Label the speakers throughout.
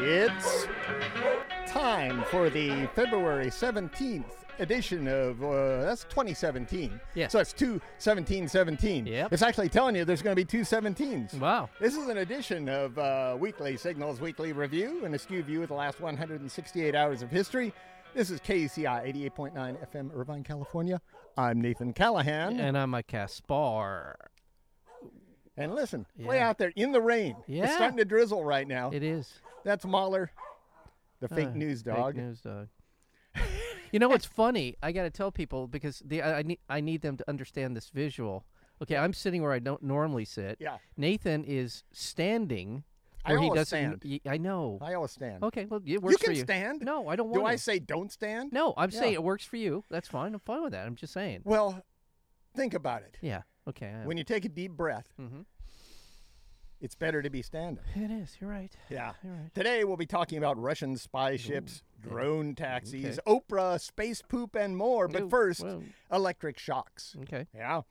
Speaker 1: It's time for the February 17th edition of uh, that's 2017.
Speaker 2: Yes.
Speaker 1: So it's two 1717.
Speaker 2: Yep.
Speaker 1: It's actually telling you there's going to be two 17s.
Speaker 2: Wow.
Speaker 1: This is an edition of uh, Weekly Signals Weekly Review, an askew view of the last 168 hours of history. This is KCI 88.9 FM, Irvine, California. I'm Nathan Callahan.
Speaker 2: And I'm a Caspar.
Speaker 1: And listen, way
Speaker 2: Yeah.
Speaker 1: out there in the rain. It's
Speaker 2: Yeah.
Speaker 1: starting to drizzle right now.
Speaker 2: It is.
Speaker 1: That's Mahler, the fake
Speaker 2: Uh,
Speaker 1: news dog.
Speaker 2: Fake news dog. you know what's funny? I got to tell people because the I, I need I need them to understand this visual. Okay, I'm sitting where I don't normally sit.
Speaker 1: Yeah.
Speaker 2: Nathan is standing
Speaker 1: I
Speaker 2: where he
Speaker 1: always
Speaker 2: doesn't.
Speaker 1: stand.
Speaker 2: y- I know.
Speaker 1: I always stand.
Speaker 2: okay, well it works
Speaker 1: You
Speaker 2: for
Speaker 1: can
Speaker 2: you.
Speaker 1: stand.
Speaker 2: No, I don't want.
Speaker 1: Do I
Speaker 2: to.
Speaker 1: say don't stand?
Speaker 2: No, I'm
Speaker 1: Yeah.
Speaker 2: saying it works for you. That's fine. I'm fine with that. I'm just saying.
Speaker 1: Well, think about it.
Speaker 2: Yeah. Okay. I am.
Speaker 1: When you take a deep breath,
Speaker 2: Mhm.
Speaker 1: it's better to be standing.
Speaker 2: It is. You're right.
Speaker 1: Yeah.
Speaker 2: You're right.
Speaker 1: Today we'll be talking about Russian spy ships, drone taxis, Oprah, space poop, and more. But
Speaker 2: Ooh,
Speaker 1: first,
Speaker 2: whoa. Mm.
Speaker 1: electric shocks.
Speaker 2: Okay.
Speaker 1: Yeah.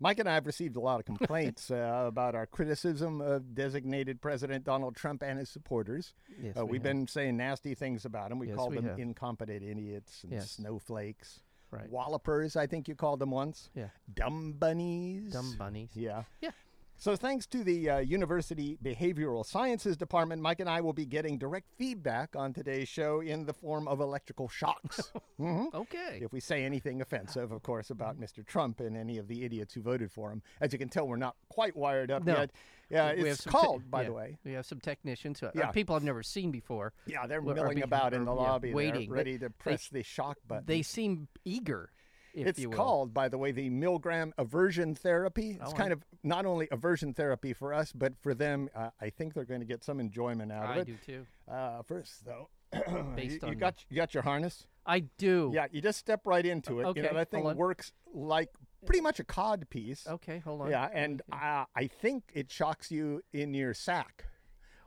Speaker 1: Mike and I have received a lot of complaints uh, about our criticism of designated President Donald Trump and his supporters.
Speaker 2: Yes,
Speaker 1: uh,
Speaker 2: we
Speaker 1: we've
Speaker 2: have.
Speaker 1: been saying nasty things about him. We
Speaker 2: Yes,
Speaker 1: called
Speaker 2: we
Speaker 1: them
Speaker 2: have.
Speaker 1: incompetent idiots and
Speaker 2: Yes.
Speaker 1: snowflakes,
Speaker 2: Right.
Speaker 1: wallopers. I think you called them once.
Speaker 2: Yeah.
Speaker 1: Dumb bunnies.
Speaker 2: Dumb bunnies.
Speaker 1: Yeah.
Speaker 2: Yeah.
Speaker 1: So, thanks to the uh, University Behavioral Sciences Department, Mike and I will be getting direct feedback on today's show in the form of electrical shocks. Mhm.
Speaker 2: Okay.
Speaker 1: If we say anything offensive, of course, about Mr. Trump and any of the idiots who voted for him. As you can tell, we're not quite wired up
Speaker 2: No.
Speaker 1: yet. Yeah,
Speaker 2: We have
Speaker 1: uh, it's
Speaker 2: some
Speaker 1: called,
Speaker 2: tech-
Speaker 1: by
Speaker 2: yeah,
Speaker 1: the way.
Speaker 2: We have some technicians, who, uh,
Speaker 1: Yeah.
Speaker 2: people I've never seen before.
Speaker 1: Yeah, they're
Speaker 2: Or- or
Speaker 1: milling
Speaker 2: be-
Speaker 1: about in the
Speaker 2: or, yeah,
Speaker 1: lobby, there,
Speaker 2: waiting. They-
Speaker 1: ready to press the shock button.
Speaker 2: They seem eager, if
Speaker 1: Uh, it's
Speaker 2: you will.
Speaker 1: called, by the way, the Milgram aversion therapy. It's
Speaker 2: Oh, I-
Speaker 1: kind of not only aversion therapy for us, but for them, uh, I think they're going to get some enjoyment out
Speaker 2: I
Speaker 1: of
Speaker 2: do
Speaker 1: it.
Speaker 2: too.
Speaker 1: Uh, first, though,
Speaker 2: Based
Speaker 1: you, you
Speaker 2: on
Speaker 1: got you got your harness.
Speaker 2: I do.
Speaker 1: Yeah, you just step right into it. You
Speaker 2: okay,
Speaker 1: know, that thing
Speaker 2: hold on.
Speaker 1: works like pretty much a cod piece.
Speaker 2: Okay, hold on.
Speaker 1: Yeah, and
Speaker 2: Okay.
Speaker 1: uh, I think it shocks you in your sack.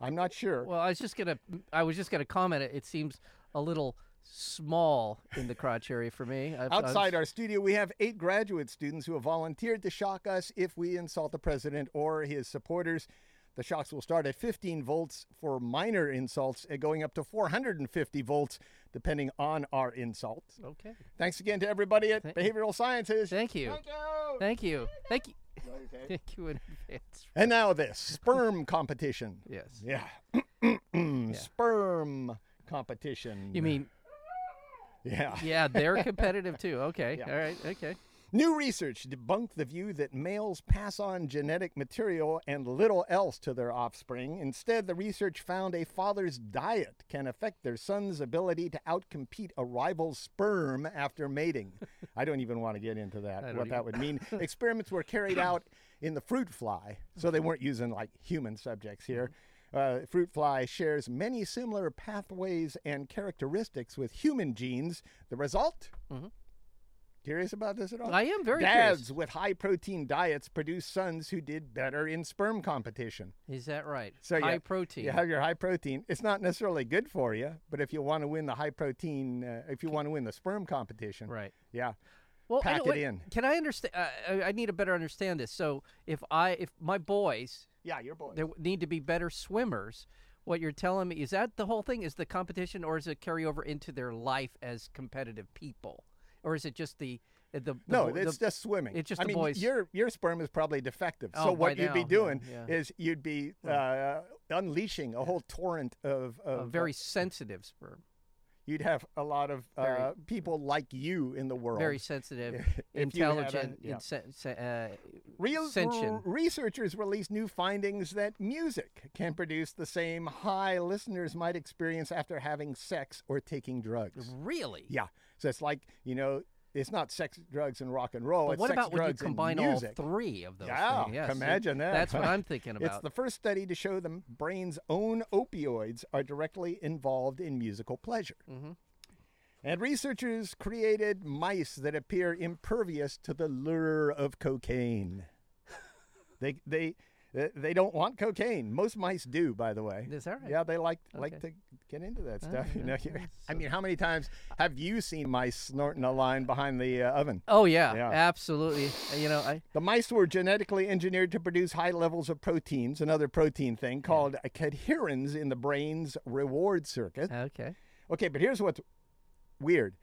Speaker 1: I'm not sure.
Speaker 2: well, I was just gonna. I was just gonna comment. It, it seems a little small in the crotch area for me. I,
Speaker 1: Outside
Speaker 2: I
Speaker 1: our studio, we have eight graduate students who have volunteered to shock us if we insult the president or his supporters. The shocks will start at 15 volts for minor insults and going up to 450 volts depending on our insult.
Speaker 2: okay.
Speaker 1: Thanks again to everybody at
Speaker 2: Thank-
Speaker 1: Behavioral Sciences.
Speaker 2: Thank you.
Speaker 1: Thank you.
Speaker 2: Thank you. Thank you.
Speaker 1: Okay.
Speaker 2: Thank you in advance.
Speaker 1: And now this sperm competition.
Speaker 2: Yes.
Speaker 1: Yeah. Sperm competition.
Speaker 2: You mean
Speaker 1: Yeah.
Speaker 2: yeah? They're competitive too. Okay.
Speaker 1: Yeah.
Speaker 2: All right. Okay.
Speaker 1: New research debunked the view that males pass on genetic material and little else to their offspring. Instead, the research found a father's diet can affect their son's ability to outcompete a rival's sperm after mating. I don't even want to get into that, what
Speaker 2: don't
Speaker 1: that would mean. Experiments were carried out in the fruit fly, so they weren't using like human subjects here. Uh, fruit fly shares many similar pathways and characteristics with human genes. The result? Curious about this at all?
Speaker 2: I am very
Speaker 1: Dads
Speaker 2: curious.
Speaker 1: with high protein diets produce sons who did better in sperm competition.
Speaker 2: Is that right?
Speaker 1: So you-
Speaker 2: High protein.
Speaker 1: You have your high protein. It's not necessarily good for you, but if you want to win the high protein, uh, if you want to win the sperm competition,
Speaker 2: Right.
Speaker 1: Yeah,
Speaker 2: well, I
Speaker 1: pack
Speaker 2: don't-
Speaker 1: it
Speaker 2: wait,
Speaker 1: in.
Speaker 2: Can I understand? Uh, I, I need to better understand this. So if I, if my boys,
Speaker 1: yeah, your boy.
Speaker 2: they w- need to be better swimmers. What you're telling me is that the whole thing is the competition, or is it carry over into their life as competitive people, or is it just the the, the
Speaker 1: no,
Speaker 2: the-
Speaker 1: it's just swimming.
Speaker 2: it's just
Speaker 1: I
Speaker 2: the
Speaker 1: mean,
Speaker 2: boys.
Speaker 1: your your sperm is probably defective.
Speaker 2: Oh,
Speaker 1: so
Speaker 2: by
Speaker 1: what you'd be
Speaker 2: now, yeah,
Speaker 1: doing
Speaker 2: yeah.
Speaker 1: is you'd be uh, unleashing a whole torrent of, of
Speaker 2: a very sensitive sperm,
Speaker 1: You'd have a lot of uh,
Speaker 2: very-
Speaker 1: people like you in the world.
Speaker 2: very sensitive,
Speaker 1: If you had a-
Speaker 2: intelligent,
Speaker 1: yeah.
Speaker 2: insen- se- uh,
Speaker 1: Real,
Speaker 2: sentient.
Speaker 1: researchers released new findings that music can produce the same high listeners might experience after having sex or taking drugs.
Speaker 2: Mm-hmm. Really?
Speaker 1: Yeah. So it's like, you know, it's not sex, drugs, and rock and roll.
Speaker 2: But
Speaker 1: it's
Speaker 2: what
Speaker 1: sex,
Speaker 2: about when you
Speaker 1: drugs, and
Speaker 2: combine all
Speaker 1: music.
Speaker 2: three of those?
Speaker 1: Yeah,
Speaker 2: things? Yes,
Speaker 1: imagine that,
Speaker 2: That's what
Speaker 1: huh?
Speaker 2: I'm thinking about.
Speaker 1: It's the first study to show the m- brain's own opioids are directly involved in musical pleasure.
Speaker 2: Mm-hmm.
Speaker 1: And researchers created mice that appear impervious to the lure of cocaine. they they They, they don't want cocaine. Most mice do, by the way.
Speaker 2: Is that right?
Speaker 1: Yeah, they like like to
Speaker 2: Okay.
Speaker 1: get into that
Speaker 2: Ah,
Speaker 1: stuff. you know,
Speaker 2: that's
Speaker 1: You-
Speaker 2: nice.
Speaker 1: I
Speaker 2: So-
Speaker 1: mean, how many times have you seen mice snorting a line behind the uh, oven?
Speaker 2: Oh yeah,
Speaker 1: Yeah.
Speaker 2: absolutely. Uh, You know, I
Speaker 1: The mice were genetically engineered to produce high levels of proteins, another protein thing called a cadherins in the brain's reward circuit.
Speaker 2: okay.
Speaker 1: Okay, but here's what's weird.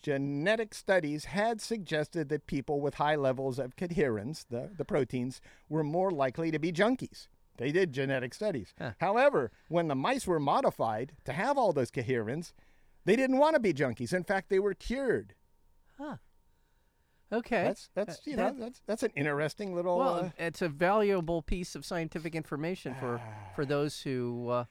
Speaker 1: Genetic studies had suggested that people with high levels of cadherins, the, the proteins, were more likely to be junkies. They did genetic studies.
Speaker 2: Huh.
Speaker 1: However, when the mice were modified to have all those cadherins, they didn't want to be junkies. In fact, they were cured.
Speaker 2: Huh. Okay.
Speaker 1: That's that's
Speaker 2: Uh,
Speaker 1: you
Speaker 2: that-
Speaker 1: know that's that's an interesting little.
Speaker 2: well,
Speaker 1: uh,
Speaker 2: it's a valuable piece of scientific information for for those who. Uh,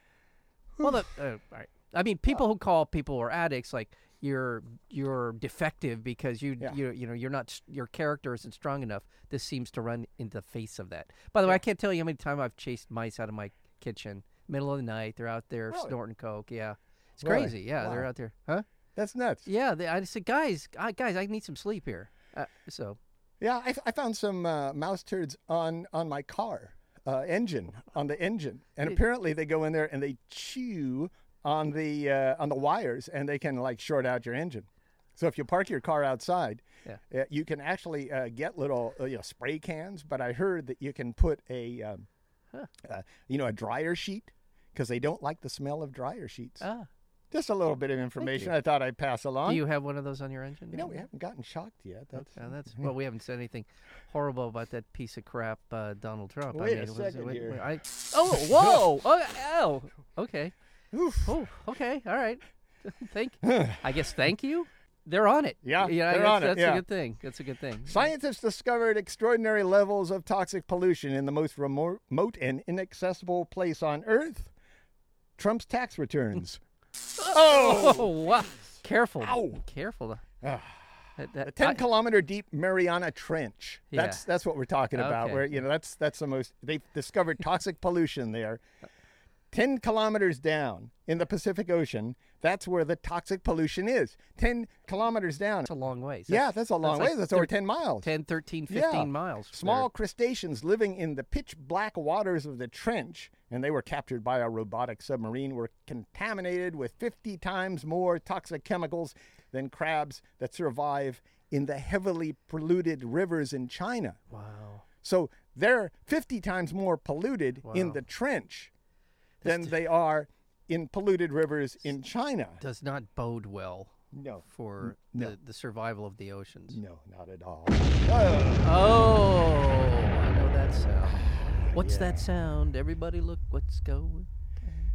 Speaker 2: well, the, uh, all right. I mean, people who call people who are addicts like you're you're defective because you
Speaker 1: Yeah.
Speaker 2: you you know you're not s- your character isn't strong enough. This seems to run in the face of that. By the way, I can't tell you how many times I've chased mice out of my kitchen, middle of the night. They're out there
Speaker 1: Really?
Speaker 2: snorting coke. Yeah, it's
Speaker 1: Really?
Speaker 2: crazy. Yeah, they're
Speaker 1: Wow.
Speaker 2: out there, huh?
Speaker 1: that's nuts.
Speaker 2: Yeah, they, I just said, guys, I, guys, I need some sleep here. Uh, so
Speaker 1: Yeah, I, f- I found some uh, mouse turds on on my car uh, engine on the engine, and apparently they go in there and they chew on the uh, on the wires, and they can like short out your engine. So if you park your car outside,
Speaker 2: Yeah.
Speaker 1: uh, you can actually uh, get little uh, you know spray cans. But I heard that you can put a um,
Speaker 2: Huh.
Speaker 1: uh, you know a dryer sheet because they don't like the smell of dryer sheets.
Speaker 2: ah,
Speaker 1: Just a little bit of information I thought I'd pass along.
Speaker 2: do you have one of those on your engine?
Speaker 1: You know we haven't gotten shocked yet. That's,
Speaker 2: Yeah, that's well. We haven't said anything horrible about that piece of crap, uh, Donald Trump.
Speaker 1: Wait a
Speaker 2: I mean, it was-
Speaker 1: second
Speaker 2: wait-
Speaker 1: here.
Speaker 2: wait, I, oh, whoa! Oh, ow. Okay.
Speaker 1: Oof.
Speaker 2: Oh, okay. All right. thank. I guess thank you. They're on it.
Speaker 1: Yeah,
Speaker 2: You know,
Speaker 1: they're
Speaker 2: that's,
Speaker 1: on it,
Speaker 2: That's
Speaker 1: yeah.
Speaker 2: a good thing. That's a good thing.
Speaker 1: Scientists discovered extraordinary levels of toxic pollution in the most remote remote and inaccessible place on Earth Trump's tax returns.
Speaker 2: Oh, wow. Careful.
Speaker 1: Ow. Ah.
Speaker 2: Careful. That-
Speaker 1: A
Speaker 2: that-
Speaker 1: 10
Speaker 2: I-
Speaker 1: kilometer deep Mariana Trench. That's,
Speaker 2: Yeah.
Speaker 1: that's what we're talking about.
Speaker 2: Okay.
Speaker 1: Where, you know, that's, that's the most, they've discovered toxic pollution there. 10 kilometers down in the Pacific Ocean, that's where the toxic pollution is. 10 kilometers down.
Speaker 2: that's a long ways.
Speaker 1: yeah, that's a long
Speaker 2: like
Speaker 1: way. That's over
Speaker 2: thir-
Speaker 1: 10 miles.
Speaker 2: 10, 13, 15
Speaker 1: Yeah.
Speaker 2: miles. there.
Speaker 1: Small crustaceans living in the pitch black waters of the trench, and they were captured by a robotic submarine, were contaminated with 50 times more toxic chemicals than crabs that survive in the heavily polluted rivers in China.
Speaker 2: Wow.
Speaker 1: So they're 50 times more polluted in
Speaker 2: Wow.
Speaker 1: the trench than they are in polluted rivers in China.
Speaker 2: Does not bode well
Speaker 1: No,
Speaker 2: for the, the survival of the oceans.
Speaker 1: no, not at all.
Speaker 2: Oh, I know that sound. What's that sound? Everybody, look what's going.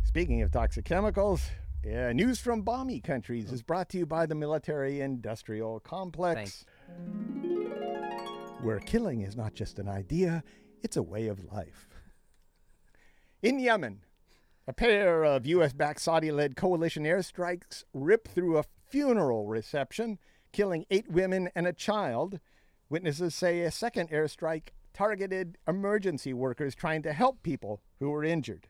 Speaker 1: Speaking of toxic chemicals, uh, news from bombing countries is brought to you by the military industrial complex.
Speaker 2: Thanks.
Speaker 1: Where killing is not just an idea, it's a way of life. In Yemen, a pair of U.S. backed Saudi led coalition airstrikes ripped through a funeral reception, killing eight women and a child. Witnesses say a second airstrike targeted emergency workers trying to help people who were injured.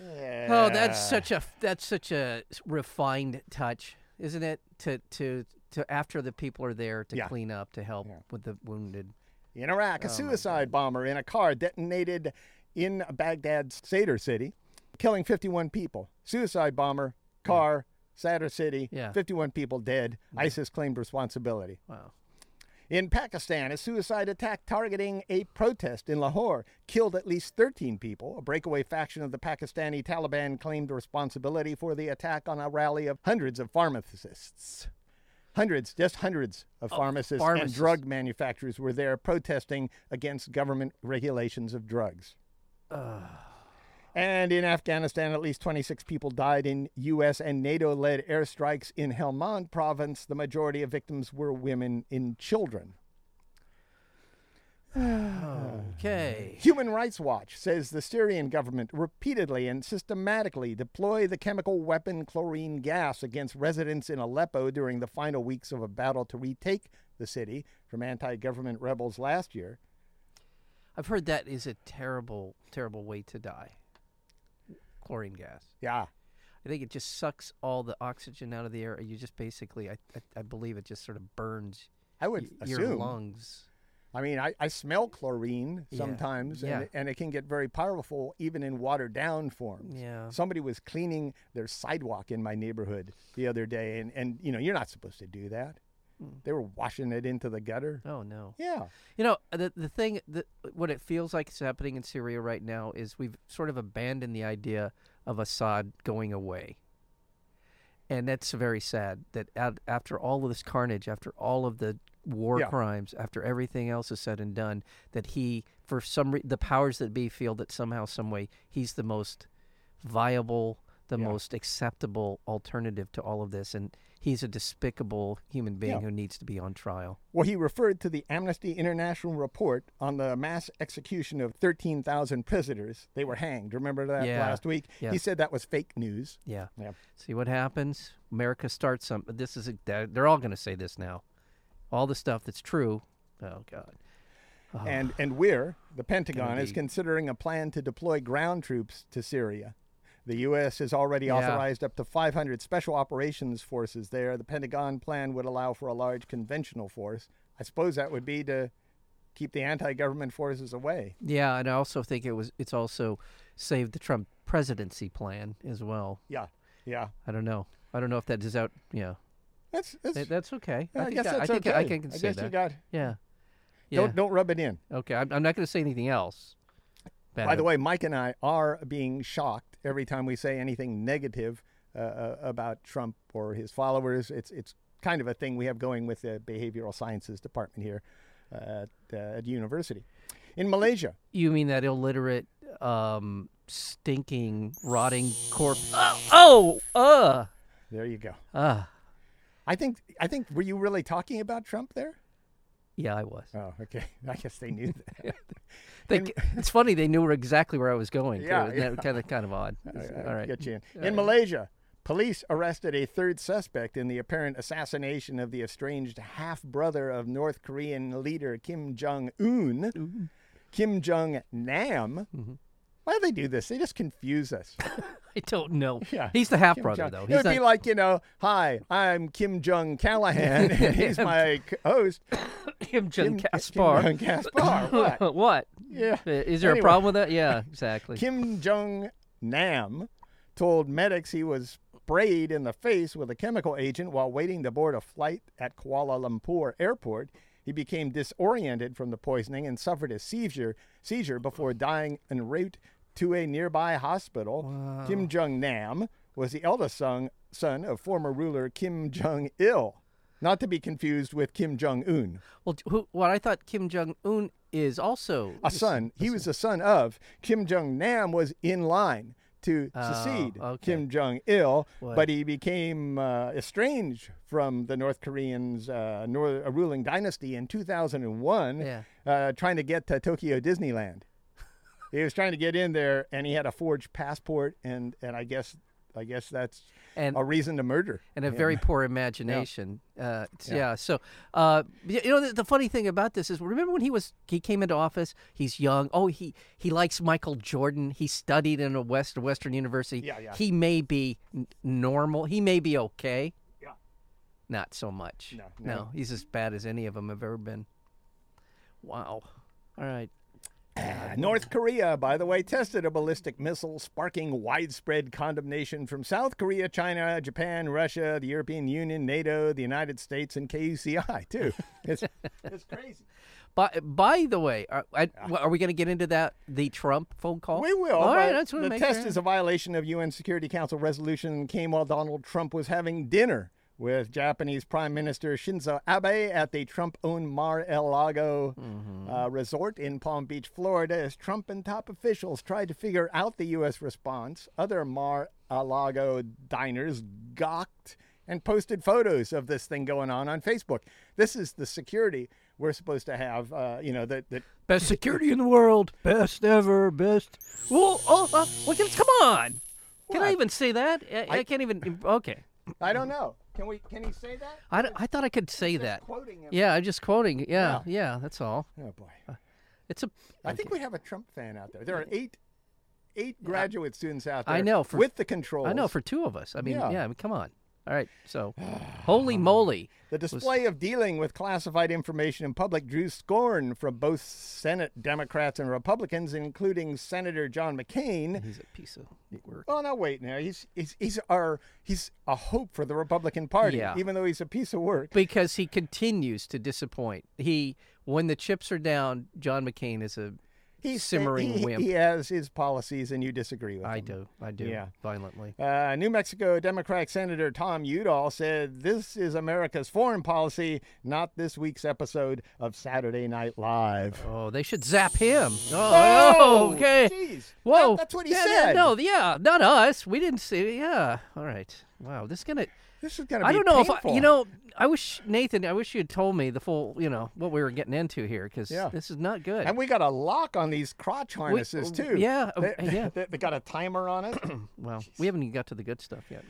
Speaker 2: Oh, that's
Speaker 1: Uh.
Speaker 2: such a that's such a s- refined touch, isn't it? To to to after the people are there to
Speaker 1: Yeah.
Speaker 2: clean up to help with the wounded.
Speaker 1: In Iraq, a suicide bomber in a car detonated in Baghdad's Sadr city, killing 51 people. Suicide bomber, car, Sadr city,
Speaker 2: Yeah.
Speaker 1: 51 people dead. ISIS claimed responsibility.
Speaker 2: Wow.
Speaker 1: In Pakistan, a suicide attack targeting a protest in Lahore killed at least 13 people. A breakaway faction of the Pakistani Taliban claimed responsibility for the attack on a rally of hundreds of pharmacists. Hundreds, just hundreds of pharmacists, and
Speaker 2: pharmacists.
Speaker 1: drug manufacturers were there protesting against government regulations of drugs. And in Afghanistan, at least 26 people died in U.S. and NATO led airstrikes in Helmand province. The majority of victims were women and children. Uh.
Speaker 2: Okay.
Speaker 1: Human Rights Watch says the Syrian government repeatedly and systematically deployed the chemical weapon chlorine gas against residents in Aleppo during the final weeks of a battle to retake the city from anti government rebels last year.
Speaker 2: I've heard that is a terrible terrible way to die. Chlorine gas.
Speaker 1: Yeah.
Speaker 2: I think it just sucks all the oxygen out of the air. and You just basically, I, I, I believe it just sort of burns
Speaker 1: I would
Speaker 2: y- your
Speaker 1: assume
Speaker 2: lungs.
Speaker 1: I mean, I, I smell chlorine sometimes,
Speaker 2: yeah.
Speaker 1: And, it, and it can get very powerful even in watered down forms.
Speaker 2: Yeah.
Speaker 1: Somebody was cleaning their sidewalk in my neighborhood the other day, and, and you know, you're not supposed to do that.
Speaker 2: Hmm.
Speaker 1: They were washing it into the gutter.
Speaker 2: Oh no.
Speaker 1: Yeah.
Speaker 2: You know the the thing that what it feels like is happening in Syria right now is we've sort of abandoned the idea of Assad going away, and that's very sad. That ad, after all of this carnage, after all of the war
Speaker 1: Yeah.
Speaker 2: crimes, after everything else is said and done, that he for some re- the powers that be feel that somehow, some way, he's the most viable, the
Speaker 1: Yeah.
Speaker 2: most acceptable alternative to all of this, and he's a despicable human being
Speaker 1: Yeah.
Speaker 2: who needs to be on trial.
Speaker 1: Well, he referred to the Amnesty International report on the mass execution of 13,000 prisoners. They were hanged. Remember that
Speaker 2: Yeah.
Speaker 1: last week?
Speaker 2: Yeah.
Speaker 1: He said that was fake news.
Speaker 2: Yeah.
Speaker 1: Yeah.
Speaker 2: See what happens. America starts some. This is a, they're they're all going to say this now. All the stuff that's true. Oh God.
Speaker 1: And and we're the Pentagon is
Speaker 2: be-
Speaker 1: considering a plan to deploy ground troops to Syria. The U.S. has already
Speaker 2: Yeah.
Speaker 1: authorized up to 500 special operations forces there. The Pentagon plan would allow for a large conventional force. I suppose that would be to keep the anti-government forces away.
Speaker 2: Yeah, and I also think it was. It's also saved the Trump presidency plan as well.
Speaker 1: Yeah, yeah.
Speaker 2: I don't know. I don't know if that is out. Yeah,
Speaker 1: That's, that's
Speaker 2: That- that's okay.
Speaker 1: I,
Speaker 2: think
Speaker 1: guess
Speaker 2: that-
Speaker 1: that's
Speaker 2: I think
Speaker 1: okay.
Speaker 2: I can say
Speaker 1: guess
Speaker 2: that.
Speaker 1: you got.
Speaker 2: yeah. Yeah.
Speaker 1: Don't don't rub it in.
Speaker 2: Okay. I'm, I'm not going to say anything else.
Speaker 1: By the way, Mike and I are being shocked every time we say anything negative uh, uh, about Trump or his followers. It's it's kind of a thing we have going with the behavioral sciences department here uh, at, uh, at university in Malaysia.
Speaker 2: you mean that illiterate, um, stinking, rotting corpse? Oh, oh, uh,
Speaker 1: There you go.
Speaker 2: ah.
Speaker 1: I think I think were you really talking about Trump there?
Speaker 2: Yeah, I was.
Speaker 1: Oh, okay. I guess they knew that.
Speaker 2: They, it's funny they knew where- exactly where I was going.
Speaker 1: Yeah,
Speaker 2: too. Isn't that kind of kind of odd?
Speaker 1: All
Speaker 2: All
Speaker 1: right,
Speaker 2: right.
Speaker 1: Get you in. in Malaysia, police arrested a third suspect in the apparent assassination of the estranged half brother of North Korean leader Kim Jong Un, Kim Jong Nam.
Speaker 2: Mm-hmm.
Speaker 1: Why do they do this? They just confuse us.
Speaker 2: I don't know.
Speaker 1: Yeah.
Speaker 2: He's the half brother
Speaker 1: Jong-
Speaker 2: though.
Speaker 1: It
Speaker 2: He's
Speaker 1: would
Speaker 2: not,
Speaker 1: be like, you know, hi, I'm Kim Jong Callahan, and he's my c- host,
Speaker 2: Kim
Speaker 1: Kim-
Speaker 2: Jong
Speaker 1: Kim
Speaker 2: Gaspar.
Speaker 1: Jong Gaspar. What?
Speaker 2: what?
Speaker 1: Yeah.
Speaker 2: Uh, Is there
Speaker 1: Anyway.
Speaker 2: a problem with that? Yeah, exactly.
Speaker 1: Kim Jong Nam told medics he was sprayed in the face with a chemical agent while waiting to board a flight at Kuala Lumpur airport. He became disoriented from the poisoning and suffered a seizure seizure before dying en route to a nearby hospital. Kim Jong Nam was the eldest son, son of former ruler Kim Jong Il, not to be confused with Kim Jong Un,
Speaker 2: Well, who, what I thought Kim Jong Un is also
Speaker 1: a son. He was the son of Kim Jong Nam was in line to succeed
Speaker 2: Oh, okay.
Speaker 1: Kim Jong Il,
Speaker 2: What?
Speaker 1: but he became uh, estranged from the North Koreans' uh, nor- uh, ruling dynasty in 2001,
Speaker 2: Yeah.
Speaker 1: uh, trying to get to Tokyo Disneyland. he was trying to get in there, and he had a forged passport, and and I guess I guess that's
Speaker 2: And-
Speaker 1: a reason to murder.
Speaker 2: and a very poor imagination. Uh, it's- yeah. So, uh, y- you know, the, the funny thing about this is, remember when he was he came into office? He's young. Oh, he he likes Michael Jordan. He studied in a West Western University.
Speaker 1: Yeah, yeah.
Speaker 2: He may be n- normal. He may be okay.
Speaker 1: Yeah.
Speaker 2: Not so much.
Speaker 1: No,
Speaker 2: no. He's as bad as any of them have ever been. Wow. All right.
Speaker 1: North Korea, by the way, tested a ballistic missile, sparking widespread condemnation from South Korea, China, Japan, Russia, the European Union, NATO, the United States, and KUCI, too. It's, it's crazy.
Speaker 2: By, by the way, are, I, are we going to get into that the Trump phone call?
Speaker 1: We will.
Speaker 2: All right,
Speaker 1: but
Speaker 2: that's what
Speaker 1: the test is a violation of UN Security Council resolution came while Donald Trump was having dinner with Japanese Prime Minister Shinzo Abe at the Trump-owned Mar-a-Lago
Speaker 2: Mm-hmm.
Speaker 1: uh, resort in Palm Beach, Florida, as Trump and top officials tried to figure out the U.S. response. Other Mar-a-Lago diners gawked and posted photos of this thing going on on Facebook. This is the security we're supposed to have, uh, you know, that, that
Speaker 2: Best security in the world. Best ever. Best. Whoa! Oh, uh, well, just- come on. Can I
Speaker 1: What?
Speaker 2: even say that? I, I can't even. Okay.
Speaker 1: I don't know. Can we? Can he say that?
Speaker 2: I, don't- I thought I could say that.
Speaker 1: Quoting him.
Speaker 2: Yeah, I'm just quoting. Yeah, yeah, that's all.
Speaker 1: Oh boy.
Speaker 2: It's a.
Speaker 1: I think we have a Trump fan out there. There are eight eight graduate students out there.
Speaker 2: I know, for-
Speaker 1: with the controls.
Speaker 2: I know for two of us. I mean,
Speaker 1: Yeah.
Speaker 2: yeah. I mean, come on. All right. So, holy moly.
Speaker 1: The display of dealing with classified information in public drew scorn from both Senate Democrats and Republicans, including Senator John McCain.
Speaker 2: He's a piece of work.
Speaker 1: Oh no, wait now. He's he's he's our he's a hope for the Republican Party,
Speaker 2: Yeah.
Speaker 1: even though he's a piece of work.
Speaker 2: Because he continues to disappoint. He, when the chips are down, John McCain is a. eh,
Speaker 1: He's
Speaker 2: Simmering
Speaker 1: he,
Speaker 2: wimp.
Speaker 1: He has his policies, and you disagree with
Speaker 2: I
Speaker 1: them.
Speaker 2: do. I do.
Speaker 1: Yeah.
Speaker 2: Violently.
Speaker 1: Uh, New Mexico Democratic Senator Tom Udall said, "This is America's foreign policy, not this week's episode of Saturday Night Live."
Speaker 2: Oh, they should zap him. Oh,
Speaker 1: Oh,
Speaker 2: okay.
Speaker 1: jeez.
Speaker 2: Whoa.
Speaker 1: That- that's what he
Speaker 2: Yeah, yeah,
Speaker 1: said.
Speaker 2: no, yeah, not us. We didn't see. Yeah. All right. Wow. This is gonna.
Speaker 1: This is gonna. Be
Speaker 2: I don't know if I,
Speaker 1: painful.
Speaker 2: you know. I wish Nathan. I wish you had told me the full. You know what we were getting into here because
Speaker 1: Yeah.
Speaker 2: this is not good.
Speaker 1: And we got a lock on these crotch harnesses too.
Speaker 2: yeah, oh,
Speaker 1: they,
Speaker 2: yeah.
Speaker 1: They, they got a timer on it.
Speaker 2: well, we haven't even got to the good stuff yet.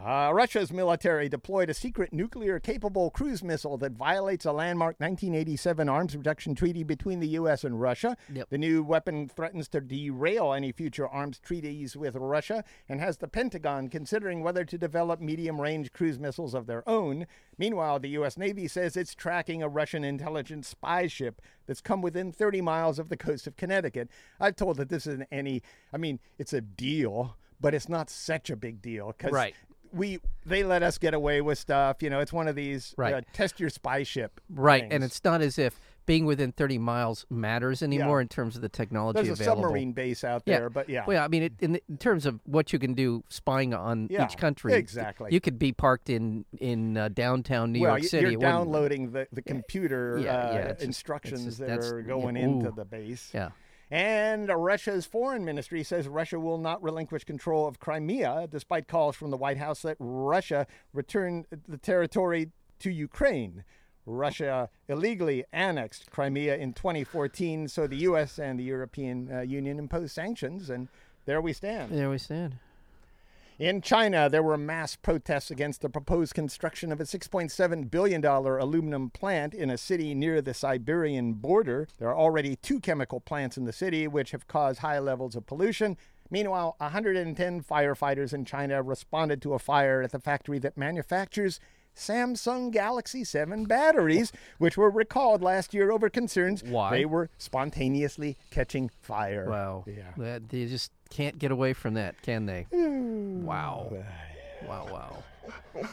Speaker 1: Uh, Russia's military deployed a secret nuclear capable cruise missile that violates a landmark 1987 arms reduction treaty between the U.S. and Russia.
Speaker 2: Yep.
Speaker 1: The new weapon threatens to derail any future arms treaties with Russia and has the Pentagon considering whether to develop medium range cruise missiles of their own. Meanwhile, the U.S. Navy says it's tracking a Russian intelligence spy ship that's come within 30 miles of the coast of Connecticut. I've told that this isn't any, I mean, it's a deal. But it's not such a big deal because
Speaker 2: Right.
Speaker 1: we they let us get away with stuff. You know, it's one of these
Speaker 2: Right.
Speaker 1: uh, test your spy ship.
Speaker 2: Right, and
Speaker 1: things.
Speaker 2: it's not as if being within 30 miles matters anymore in terms of the technology
Speaker 1: there's a
Speaker 2: available.
Speaker 1: submarine base out
Speaker 2: Yeah.
Speaker 1: there, but yeah,
Speaker 2: Well, I mean, it, in, the- in terms of what you can do spying on
Speaker 1: Yeah,
Speaker 2: each country,
Speaker 1: exactly.
Speaker 2: You could be parked in in uh, downtown New
Speaker 1: well,
Speaker 2: York
Speaker 1: you-
Speaker 2: City.
Speaker 1: you're
Speaker 2: It wouldn't-
Speaker 1: downloading the, the computer
Speaker 2: yeah,
Speaker 1: uh,
Speaker 2: yeah, it's just-
Speaker 1: instructions
Speaker 2: it's just-
Speaker 1: that
Speaker 2: that's-
Speaker 1: are
Speaker 2: yeah,
Speaker 1: going into
Speaker 2: ooh.
Speaker 1: the base.
Speaker 2: Yeah.
Speaker 1: And Russia's foreign ministry says Russia will not relinquish control of Crimea, despite calls from the White House that Russia return eh, the territory to Ukraine. Russia illegally annexed Crimea in 2014, so the U.S. and the European uh, Union imposed sanctions, and there we stand.
Speaker 2: There we stand.
Speaker 1: In China, there were mass protests against the proposed construction of a $6.7 billion aluminum plant in a city near the Siberian border. There are already two chemical plants in the city, which have caused high levels of pollution. Meanwhile, 110 firefighters in China responded to a fire at the factory that manufactures Samsung Galaxy 7 batteries, which were recalled last year over concerns
Speaker 2: Why?
Speaker 1: they were spontaneously catching fire.
Speaker 2: Wow.
Speaker 1: Yeah.
Speaker 2: That, they just can't get away from that, can they?
Speaker 1: Mm.
Speaker 2: wow. Wow, wow.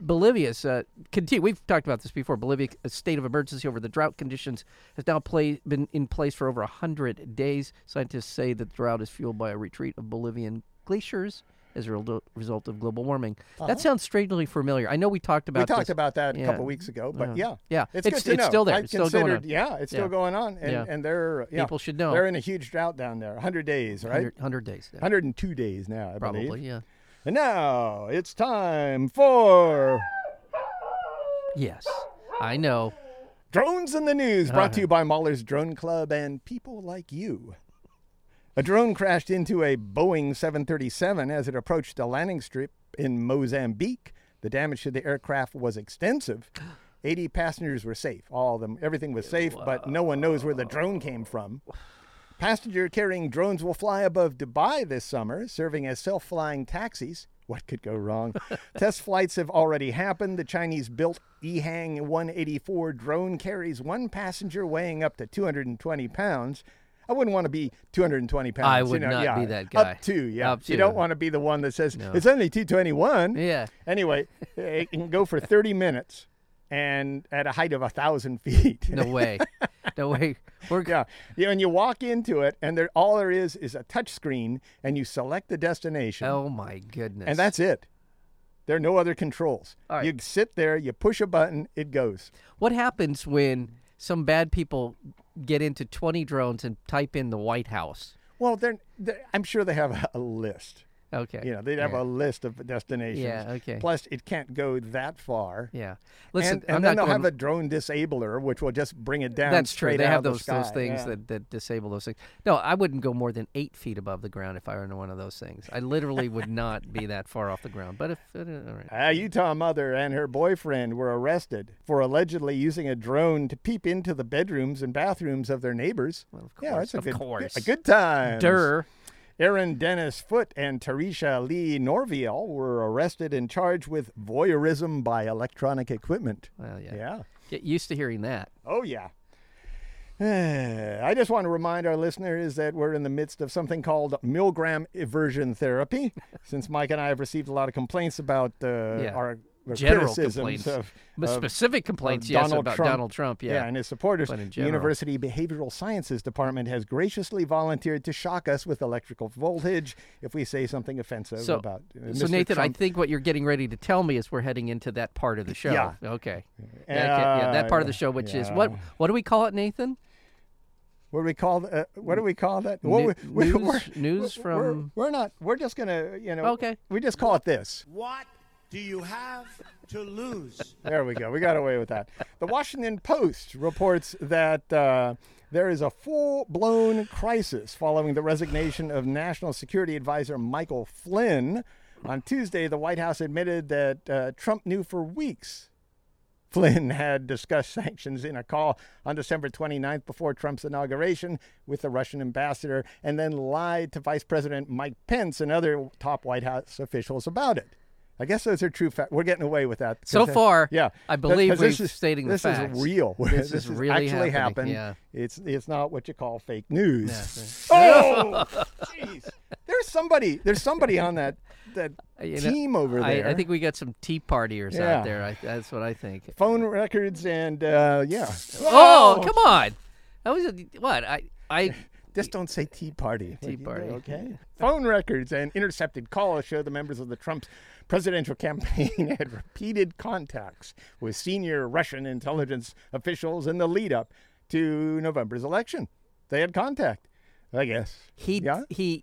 Speaker 2: Bolivia's uh, continue. We've talked about this before. Bolivia, a state of emergency over the drought conditions, has now play, been in place for over 100 days. Scientists say that the drought is fueled by a retreat of Bolivian glaciers as a re- result of global warming. That sounds strangely familiar. I know we talked about
Speaker 1: Uh-huh. We talked
Speaker 2: this.
Speaker 1: about that a
Speaker 2: Yeah.
Speaker 1: couple weeks ago, but
Speaker 2: Yeah.
Speaker 1: yeah,
Speaker 2: Yeah.
Speaker 1: it's,
Speaker 2: It's-
Speaker 1: good to
Speaker 2: it's
Speaker 1: know.
Speaker 2: still there.
Speaker 1: I
Speaker 2: It's still going
Speaker 1: considered-
Speaker 2: on.
Speaker 1: Yeah, it's
Speaker 2: Yeah.
Speaker 1: still going on, and,
Speaker 2: Yeah.
Speaker 1: and they're yeah,
Speaker 2: People should know.
Speaker 1: they're in a huge drought down there. 100 days, right?
Speaker 2: 100, 100 days. yeah,
Speaker 1: 102 days now, I
Speaker 2: probably,
Speaker 1: believe.
Speaker 2: yeah.
Speaker 1: And now it's time for
Speaker 2: Yes. I know.
Speaker 1: drones in the news, brought to you by Mahler's Drone Club and people like you. A drone crashed into a Boeing 737 as it approached a landing strip in Mozambique. The damage to the aircraft was extensive. 80 passengers were safe. All of them, everything was safe, but no one knows where the drone came from. Passenger carrying drones will fly above Dubai this summer, serving as self flying taxis. What could go wrong? Test flights have already happened. The Chinese built Ehang 184 drone carries one passenger weighing up to 220 pounds. I wouldn't want to be 220 pounds.
Speaker 2: I
Speaker 1: you
Speaker 2: would
Speaker 1: know,
Speaker 2: not
Speaker 1: yeah,
Speaker 2: be that guy.
Speaker 1: Up to, yeah.
Speaker 2: Up
Speaker 1: You
Speaker 2: to.
Speaker 1: don't want to be the one that says, it's only 221.
Speaker 2: Yeah.
Speaker 1: Anyway, it can go for 30 minutes and at a height of a 1,000 feet.
Speaker 2: No way. no way. We're
Speaker 1: Yeah. yeah, and you walk into it, and there all there is is a touch screen, and you select the destination,
Speaker 2: Oh my goodness.
Speaker 1: and that's it. There are no other controls.
Speaker 2: All right.
Speaker 1: You sit there, you push a button, it goes.
Speaker 2: what happens when some bad people get into 20 drones and type in the White House.
Speaker 1: Well, they're, they're- I'm sure they have a, a list.
Speaker 2: Okay.
Speaker 1: You know, they'd have
Speaker 2: yeah.
Speaker 1: a list of destinations.
Speaker 2: Yeah, okay.
Speaker 1: Plus, it can't go that far.
Speaker 2: Yeah. Listen,
Speaker 1: and, and
Speaker 2: I'm
Speaker 1: then
Speaker 2: not
Speaker 1: they'll
Speaker 2: going
Speaker 1: have a drone disabler, which will just bring it down.
Speaker 2: That's true.
Speaker 1: straight
Speaker 2: They
Speaker 1: out of
Speaker 2: have
Speaker 1: the
Speaker 2: those those
Speaker 1: sky.
Speaker 2: things
Speaker 1: Yeah.
Speaker 2: that, that disable those things. No, I wouldn't go more than eight feet above the ground if I were in one of those things. I literally would not be that far off the ground. But if uh, all right.
Speaker 1: A Ah, Utah mother and her boyfriend were arrested for allegedly using a drone to peep into the bedrooms and bathrooms of their neighbors. Well,
Speaker 2: of
Speaker 1: yeah,
Speaker 2: course,
Speaker 1: that's a
Speaker 2: of
Speaker 1: good,
Speaker 2: course.
Speaker 1: a good time.
Speaker 2: Durr.
Speaker 1: Aaron Dennis Foote and Tarisha Lee Norviel were arrested and charged with voyeurism by electronic equipment.
Speaker 2: Well, Oh, yeah.
Speaker 1: Yeah.
Speaker 2: Get used to hearing that.
Speaker 1: Oh, yeah. I just want to remind our listeners that we're in the midst of something called Milgram aversion therapy. Since Mike and I have received a lot of complaints about uh,
Speaker 2: Yeah.
Speaker 1: our, our
Speaker 2: General
Speaker 1: criticisms
Speaker 2: complaints.
Speaker 1: of,
Speaker 2: But
Speaker 1: of-
Speaker 2: specific complaints,
Speaker 1: of
Speaker 2: yes,
Speaker 1: Donald
Speaker 2: about
Speaker 1: Trump.
Speaker 2: Donald Trump. Yeah.
Speaker 1: yeah, and his supporters,
Speaker 2: But in
Speaker 1: the
Speaker 2: general.
Speaker 1: University Behavioral Sciences Department has graciously volunteered to shock us with electrical voltage if we say something offensive
Speaker 2: so,
Speaker 1: about uh,
Speaker 2: so
Speaker 1: Mr.
Speaker 2: Nathan, I
Speaker 1: Trump.
Speaker 2: think what you're getting ready to tell me is we're heading into that part of the show.
Speaker 1: Yeah.
Speaker 2: Okay. Yeah, okay, yeah, that part of the
Speaker 1: Uh,
Speaker 2: show, which is
Speaker 1: yeah.
Speaker 2: what? What do we call it, Nathan?
Speaker 1: What do we call th- uh, what do we call that?
Speaker 2: New-
Speaker 1: What we-
Speaker 2: news-
Speaker 1: we're-
Speaker 2: news
Speaker 1: we're- we're-
Speaker 2: from-
Speaker 1: We're, not. We're just gonna. You know.
Speaker 2: Okay.
Speaker 1: We just call it this.
Speaker 3: What do you have to lose?
Speaker 1: There we go. We got away with that. The Washington Post reports that uh, there is a full blown crisis following the resignation of National Security Advisor Michael Flynn. On Tuesday, the White House admitted that uh, Trump knew for weeks Flynn had discussed sanctions in a call on December 29th before Trump's inauguration with the Russian ambassador and then lied to Vice President Mike Pence and other top White House officials about it. I guess those are true facts. We're getting away with that.
Speaker 2: So far,
Speaker 1: yeah,
Speaker 2: I
Speaker 1: Th-
Speaker 2: believe
Speaker 1: 'cause this
Speaker 2: we've
Speaker 1: is-
Speaker 2: stating the
Speaker 1: this
Speaker 2: facts.
Speaker 1: is real.
Speaker 2: This is really
Speaker 1: actually happened.
Speaker 2: happening, yeah.
Speaker 1: It's it's not what you call fake news. Oh, jeez! There's somebody. There's somebody on that that
Speaker 2: uh, You know,
Speaker 1: team over
Speaker 2: I,
Speaker 1: there.
Speaker 2: I think we got some tea partiers
Speaker 1: Yeah.
Speaker 2: out there. I, that's what I think.
Speaker 1: phone records and uh, yeah.
Speaker 2: Oh, come on! That was a, what I I
Speaker 1: Just don't say Tea Party.
Speaker 2: Tea Party.
Speaker 1: Okay. Phone records and intercepted calls show the members of the Trump's presidential campaign had repeated contacts with senior Russian intelligence officials in the lead up to November's election. They had contact, I guess.
Speaker 2: he
Speaker 1: Yeah?
Speaker 2: he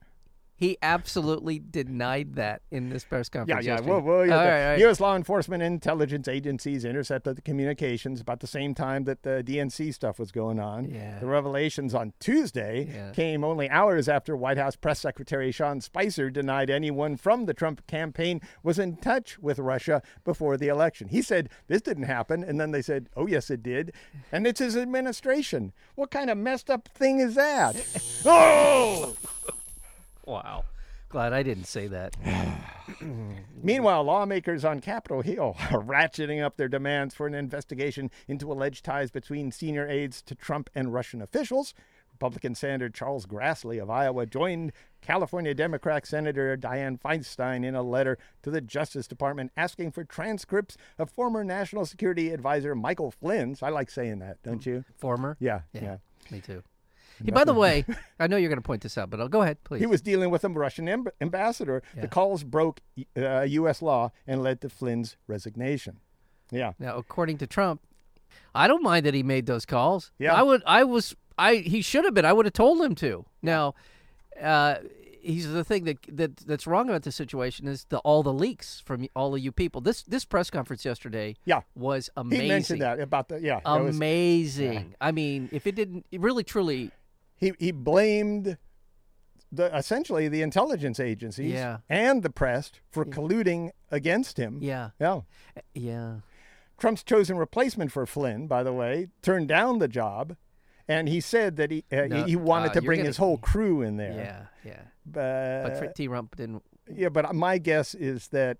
Speaker 2: he absolutely denied that in this press
Speaker 1: Yeah,
Speaker 2: conference.
Speaker 1: yeah.
Speaker 2: yesterday.
Speaker 1: Well, well, yeah,
Speaker 2: All
Speaker 1: the
Speaker 2: right, all right.
Speaker 1: U.S. law enforcement and intelligence agencies intercepted the communications about the same time that the DNC stuff was going on.
Speaker 2: Yeah.
Speaker 1: The revelations on Tuesday
Speaker 2: Yeah.
Speaker 1: came only hours after White House Press Secretary Sean Spicer denied anyone from the Trump campaign was in touch with Russia before the election. He said, This didn't happen. And then they said, Oh, yes, it did. And it's his administration. What kind of messed up thing is that? oh!
Speaker 2: Wow. Glad I didn't say that.
Speaker 1: Meanwhile, lawmakers on Capitol Hill are ratcheting up their demands for an investigation into alleged ties between senior aides to Trump and Russian officials. Republican Senator Charles Grassley of Iowa joined California Democrat Senator Dianne Feinstein in a letter to the Justice Department asking for transcripts of former National Security Advisor Michael Flynn's. I like saying that, don't you?
Speaker 2: Former.
Speaker 1: Yeah,
Speaker 2: Yeah.
Speaker 1: yeah.
Speaker 2: Me too. Hey, by the way, I know you're going to point this out, but I'll go ahead, please.
Speaker 1: He was dealing with a Russian amb- ambassador.
Speaker 2: Yeah.
Speaker 1: The calls broke uh, U.S. law and led to Flynn's resignation. Yeah.
Speaker 2: Now, according to Trump, I don't mind that he made those calls.
Speaker 1: Yeah.
Speaker 2: I would. I was. I he should have been. I would have told him to. Now, uh, he's the thing that that that's wrong about the situation is the all the leaks from all of you people. This this press conference yesterday.
Speaker 1: Yeah.
Speaker 2: was
Speaker 1: He
Speaker 2: amazing.
Speaker 1: mentioned that about the yeah. that was-
Speaker 2: Amazing. I mean, if it didn't, it really, truly,
Speaker 1: he he blamed the essentially the intelligence agencies
Speaker 2: Yeah.
Speaker 1: and the press for colluding against him.
Speaker 2: yeah,
Speaker 1: Yeah.
Speaker 2: yeah.
Speaker 1: Trump's chosen replacement for Flynn, by the way, turned down the job, and he said that he uh,
Speaker 2: No,
Speaker 1: he, he wanted
Speaker 2: uh,
Speaker 1: to
Speaker 2: you're
Speaker 1: bring
Speaker 2: gonna-
Speaker 1: his whole crew in there.
Speaker 2: Yeah, yeah. But
Speaker 1: But,
Speaker 2: Fr- T. Rump didn't.
Speaker 1: yeah, but my guess is that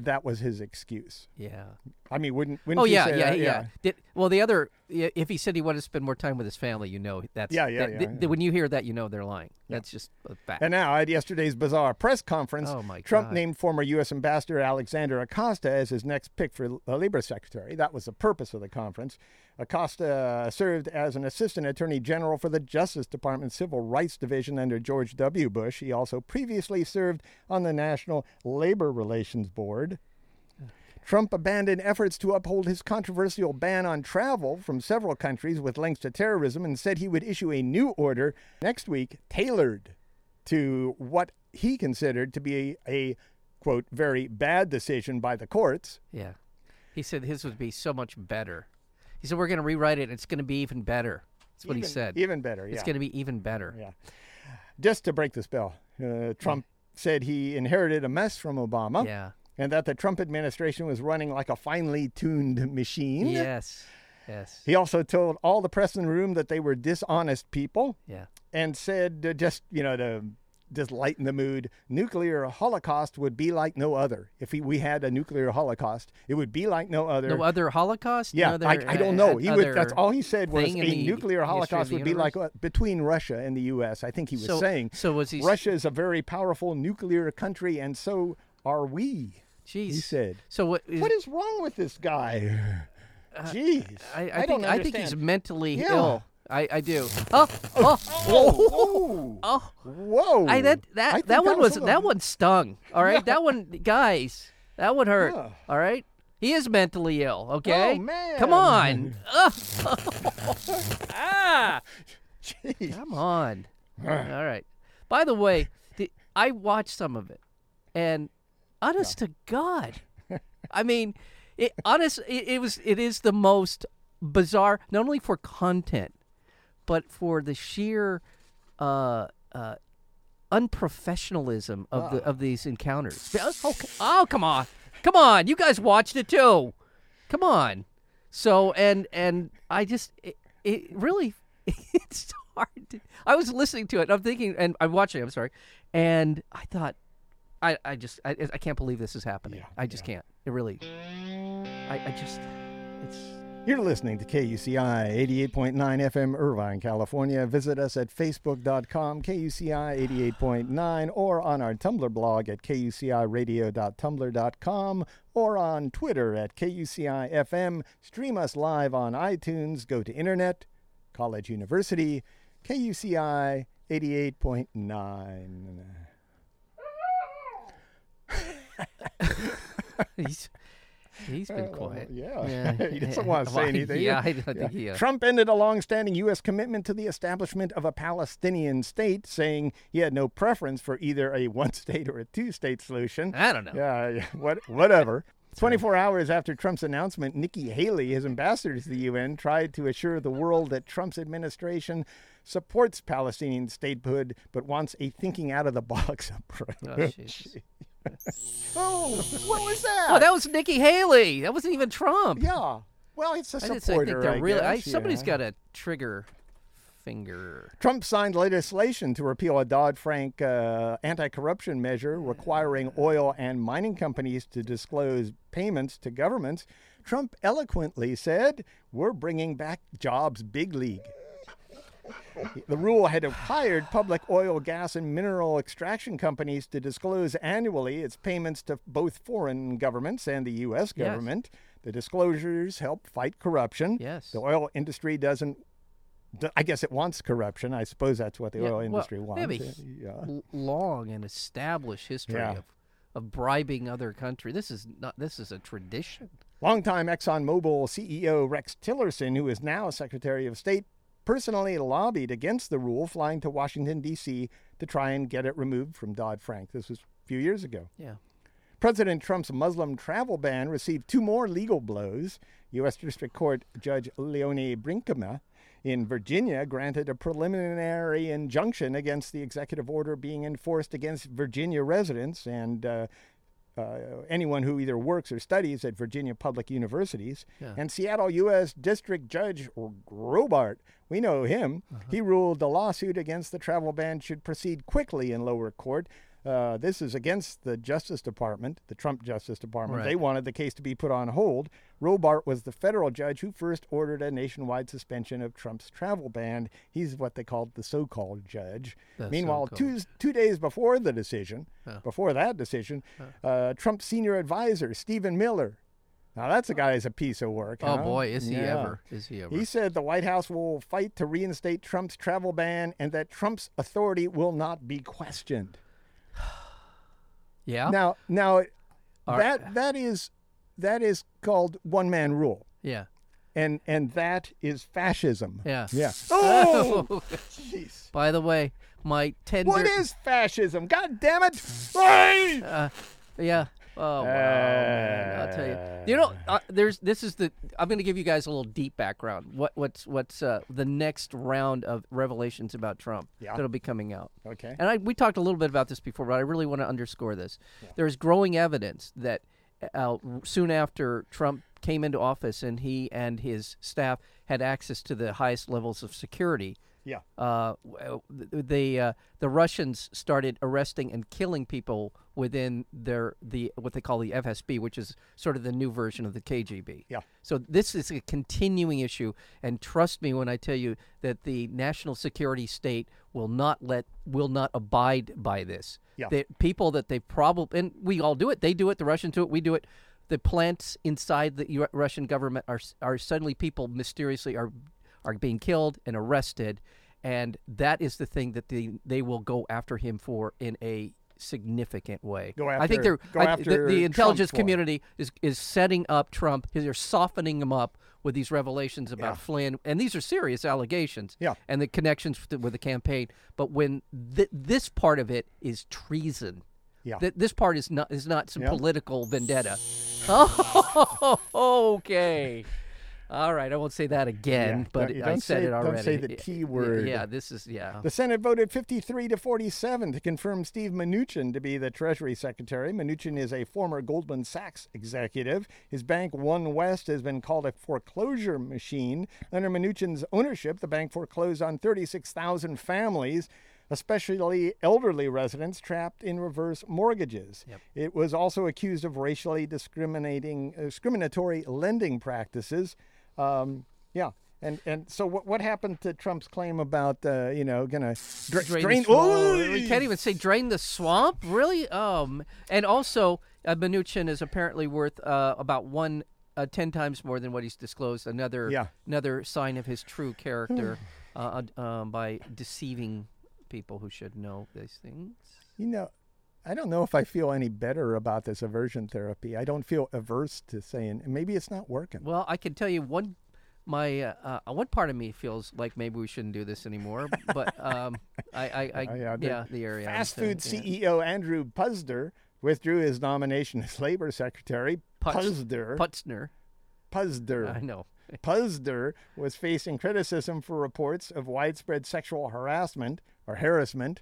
Speaker 1: that was his excuse.
Speaker 2: Yeah.
Speaker 1: I mean, wouldn't wouldn't
Speaker 2: Oh
Speaker 1: you
Speaker 2: yeah,
Speaker 1: say
Speaker 2: yeah, yeah,
Speaker 1: that?
Speaker 2: Did, well, the other, yeah, if he said he wanted to spend more time with his family, you know, that's
Speaker 1: Yeah, yeah,
Speaker 2: that-
Speaker 1: yeah,
Speaker 2: th-
Speaker 1: yeah.
Speaker 2: th- When you hear that, you know they're lying. That's just a fact.
Speaker 1: And uh, now, at yesterday's bizarre press conference,
Speaker 2: Oh, my
Speaker 1: Trump
Speaker 2: God.
Speaker 1: named former U.S. Ambassador Alexander Acosta as his next pick for the Labor Secretary. That was the purpose of the conference. Acosta served as an assistant attorney general for the Justice Department Civil Rights Division under George W. Bush. He also previously served on the National Labor Relations Board. Trump abandoned efforts to uphold his controversial ban on travel from several countries with links to terrorism and said he would issue a new order next week tailored to what he considered to be a, quote very bad decision by the courts.
Speaker 2: yeah, he said his would be so much better. He said we're going to rewrite it. and It's going to be even better. That's what
Speaker 1: Even-
Speaker 2: he said.
Speaker 1: Even better, yeah.
Speaker 2: It's going to be even better.
Speaker 1: Yeah. Just to break the spell, uh, Trump said he inherited a mess from Obama
Speaker 2: Yeah.
Speaker 1: and that the Trump administration was running like a finely tuned machine.
Speaker 2: Yes. Yes.
Speaker 1: He also told all the press in the room that they were dishonest people.
Speaker 2: Yeah.
Speaker 1: and said uh, just you know to just lighten the mood. Nuclear holocaust would be like no other. If we, we had a nuclear holocaust, it would be like no other.
Speaker 2: No other Holocaust?
Speaker 1: yeah,
Speaker 2: No other,
Speaker 1: I, I
Speaker 2: uh,
Speaker 1: don't know. He would,
Speaker 2: other-
Speaker 1: that's all he said was a
Speaker 2: thing in the history
Speaker 1: nuclear
Speaker 2: of
Speaker 1: holocaust
Speaker 2: the
Speaker 1: would be
Speaker 2: universe?
Speaker 1: like uh, between Russia and the U.S. I think he was
Speaker 2: So-
Speaker 1: saying.
Speaker 2: so was he s-
Speaker 1: Russia is a very powerful nuclear country, and so are we.
Speaker 2: Jeez.
Speaker 1: He said.
Speaker 2: So what is,
Speaker 1: What is wrong with this guy? Jeez,
Speaker 2: Uh, I, I,
Speaker 1: don't
Speaker 2: think, I think he's
Speaker 1: understand.
Speaker 2: mentally
Speaker 1: Yeah.
Speaker 2: ill. I, I do. Oh, oh,
Speaker 1: Oh,
Speaker 2: oh, oh.
Speaker 1: whoa!
Speaker 2: I that that,
Speaker 1: I think
Speaker 2: that, one was
Speaker 1: a little-
Speaker 2: that one stung. All right, that one, guys, that one hurt.
Speaker 1: Yeah. Oh,
Speaker 2: All right, he is mentally ill. Okay, come
Speaker 1: man.
Speaker 2: on, Ugh. ah,
Speaker 1: Jeez.
Speaker 2: come on. all right. By the way, the, I watched some of it, and honest to God, I mean, it, honest, it, it was it is the most bizarre, not only for content, but for the sheer. Uh, uh, unprofessionalism of the of these encounters. Oh, c- oh, come on, come on! You guys watched it too. Come on. So and and I just it, it really it's hard. To, I was listening to it. I'm thinking and I'm watching. I'm sorry, and I thought I I just I, I can't believe this is happening. I just can't. It really. I, I just it's
Speaker 1: You're listening to KUCI 88.9 FM, Irvine, California. Visit us at facebook.com, KUCI 88.9, or on our Tumblr blog at kuciradio.tumblr.com, or on Twitter at KUCI FM. Stream us live on iTunes. Go to internet, college, university, KUCI 88.9.
Speaker 2: he's. He's been quiet.
Speaker 1: Oh, yeah. He doesn't wanna say
Speaker 2: Well,
Speaker 1: anything.
Speaker 2: Yeah, I don't think he. uh,
Speaker 1: Trump ended a long-standing U.S. commitment to the establishment of a Palestinian state, saying he had no preference for either a one-state or a two-state solution.
Speaker 2: I don't know.
Speaker 1: Yeah, yeah, what, whatever. 24 hours after Trump's announcement, Nikki Haley, his ambassador to the UN, tried to assure the world that Trump's administration supports Palestinian statehood but wants a thinking out of the box
Speaker 2: Oh,
Speaker 1: approach.
Speaker 2: jeez.
Speaker 1: Oh, what was that?
Speaker 2: Oh, that was Nikki Haley. That wasn't even Trump.
Speaker 1: yeah. Well, it's a
Speaker 2: I,
Speaker 1: supporter.
Speaker 2: just, I think they're really. I,
Speaker 1: guess,
Speaker 2: somebody's
Speaker 1: yeah.
Speaker 2: got a trigger finger.
Speaker 1: Trump signed legislation to repeal a Dodd Frank uh, anti corruption measure requiring oil and mining companies to disclose payments to governments. Trump eloquently said, We're bringing back jobs big league. The rule had required public oil, gas, and mineral extraction companies to disclose annually its payments to both foreign governments and the U.S.
Speaker 2: Yes.
Speaker 1: government. The disclosures help fight corruption.
Speaker 2: Yes.
Speaker 1: The oil industry doesn't D- I guess it wants corruption. I suppose that's what the
Speaker 2: Yeah,
Speaker 1: oil
Speaker 2: well,
Speaker 1: industry
Speaker 2: they
Speaker 1: wants.
Speaker 2: have a
Speaker 1: Yeah,
Speaker 2: h-
Speaker 1: yeah.
Speaker 2: L- long and established history
Speaker 1: Yeah.
Speaker 2: of, of bribing other countries. This is not. This is a tradition.
Speaker 1: Longtime ExxonMobil CEO Rex Tillerson, who is now Secretary of State, personally lobbied against the rule, flying to Washington, D.C. to try and get it removed from Dodd Frank. This was a few years ago.
Speaker 2: Yeah.
Speaker 1: President Trump's Muslim travel ban received two more legal blows. U.S. District Court Judge Leonie Brinkema in Virginia granted a preliminary injunction against the executive order being enforced against Virginia residents and uh, uh, anyone who either works or studies at Virginia public universities. And Seattle U.S. District Judge R- Robart, we know him, he ruled the lawsuit against the travel ban should proceed quickly in lower court. Uh, this is against the Justice Department, the Trump Justice Department. They wanted the case to be put on hold. Robart was the federal judge who first ordered a nationwide suspension of Trump's travel ban. He's what they called the so called judge. Meanwhile,
Speaker 2: so-called.
Speaker 1: two, two days before the decision, before that decision, uh, Trump's senior advisor, Stephen Miller, now that's a guy who's a piece of work.
Speaker 2: Oh
Speaker 1: huh?
Speaker 2: boy, is he
Speaker 1: Yeah.
Speaker 2: ever? Is he ever?
Speaker 1: He said the White House will fight to reinstate Trump's travel ban and that Trump's authority will not be questioned.
Speaker 2: yeah.
Speaker 1: Now, now
Speaker 2: Are-
Speaker 1: that that is that is called one man rule,
Speaker 2: yeah.
Speaker 1: and and that is fascism.
Speaker 2: Yeah.
Speaker 1: Yeah. Oh, jeez.
Speaker 2: By the way, my tender.
Speaker 1: What is fascism? God damn it! Hey!
Speaker 2: Yeah. Oh wow, man. I'll tell you. You know, uh, there's this is the I'm going to give you guys a little deep background. What what's what's uh, the next round of revelations about Trump
Speaker 1: Yeah.
Speaker 2: that'll be coming out.
Speaker 1: Okay.
Speaker 2: And I, we talked a little bit about this before, but I really want to underscore this. There is growing evidence that uh, soon after Trump came into office and he and his staff had access to the highest levels of security
Speaker 1: Yeah.
Speaker 2: Uh, w- the uh, the Russians started arresting and killing people within their the what they call the FSB, which is sort of the new version of the KGB.
Speaker 1: Yeah.
Speaker 2: So this is a continuing issue, and trust me when I tell you that the national security state will not let will not abide by this.
Speaker 1: Yeah.
Speaker 2: The people that they probably and we all do it. They do it. The Russians do it. We do it. The plants inside the U- Russian government are s- are suddenly people mysteriously are are being killed and arrested, and that is the thing that they they will go after him for in a significant way.
Speaker 1: Go
Speaker 2: I think
Speaker 1: after-
Speaker 2: they're
Speaker 1: go
Speaker 2: I- the-
Speaker 1: after
Speaker 2: the,
Speaker 1: Trump
Speaker 2: intelligence
Speaker 1: for it.
Speaker 2: community is is setting up Trump. They're softening him up with these revelations about Flynn, and these are serious allegations.
Speaker 1: Yeah.
Speaker 2: and the connections with the, with the campaign. But when th- this part of it is treason.
Speaker 1: Yeah.
Speaker 2: Th- this part is not is not some
Speaker 1: Yeah.
Speaker 2: political vendetta. Oh, okay. All right, I won't say that again,
Speaker 1: Yeah,
Speaker 2: but
Speaker 1: don't- you
Speaker 2: I
Speaker 1: don't
Speaker 2: said
Speaker 1: say-
Speaker 2: it
Speaker 1: don't
Speaker 2: already.
Speaker 1: say the T
Speaker 2: Yeah,
Speaker 1: word.
Speaker 2: Yeah, this is yeah.
Speaker 1: The Senate voted 53 to 47 to confirm Steve Mnuchin to be the Treasury Secretary. Mnuchin is a former Goldman Sachs executive. His bank, One West, has been called a foreclosure machine. Under Mnuchin's ownership, the bank foreclosed on 36,000 families. Especially elderly residents trapped in reverse mortgages. It was also accused of racially discriminating, uh, discriminatory lending practices. Um, yeah, and and so what what happened to Trump's claim about uh, you know gonna dra- oh,
Speaker 2: drain,
Speaker 1: drain?
Speaker 2: the swamp.
Speaker 1: Ooh!
Speaker 2: We can't even say drain the swamp, really. Um, and also, uh, Mnuchin is apparently worth uh, about one uh, ten times more than what he's disclosed. Another
Speaker 1: Yeah. Hmm.
Speaker 2: another sign of his true character uh, uh, um, by deceiving people who should know these things.
Speaker 1: You know, I don't know if I feel any better about this aversion therapy. I don't feel averse to saying maybe it's not working.
Speaker 2: Well, I can tell you one. My uh, uh, one part of me feels like maybe we shouldn't do this anymore, but um, I, I, I yeah,
Speaker 1: Oh, the
Speaker 2: the area I'm
Speaker 1: Fast
Speaker 2: saying,
Speaker 1: food
Speaker 2: yeah.
Speaker 1: CEO Andrew Puzder withdrew his nomination as labor secretary.
Speaker 2: Putz-
Speaker 1: Puzder,
Speaker 2: Putzner,
Speaker 1: Puzder.
Speaker 2: I know.
Speaker 1: Puzder was facing criticism for reports of widespread sexual harassment or harassment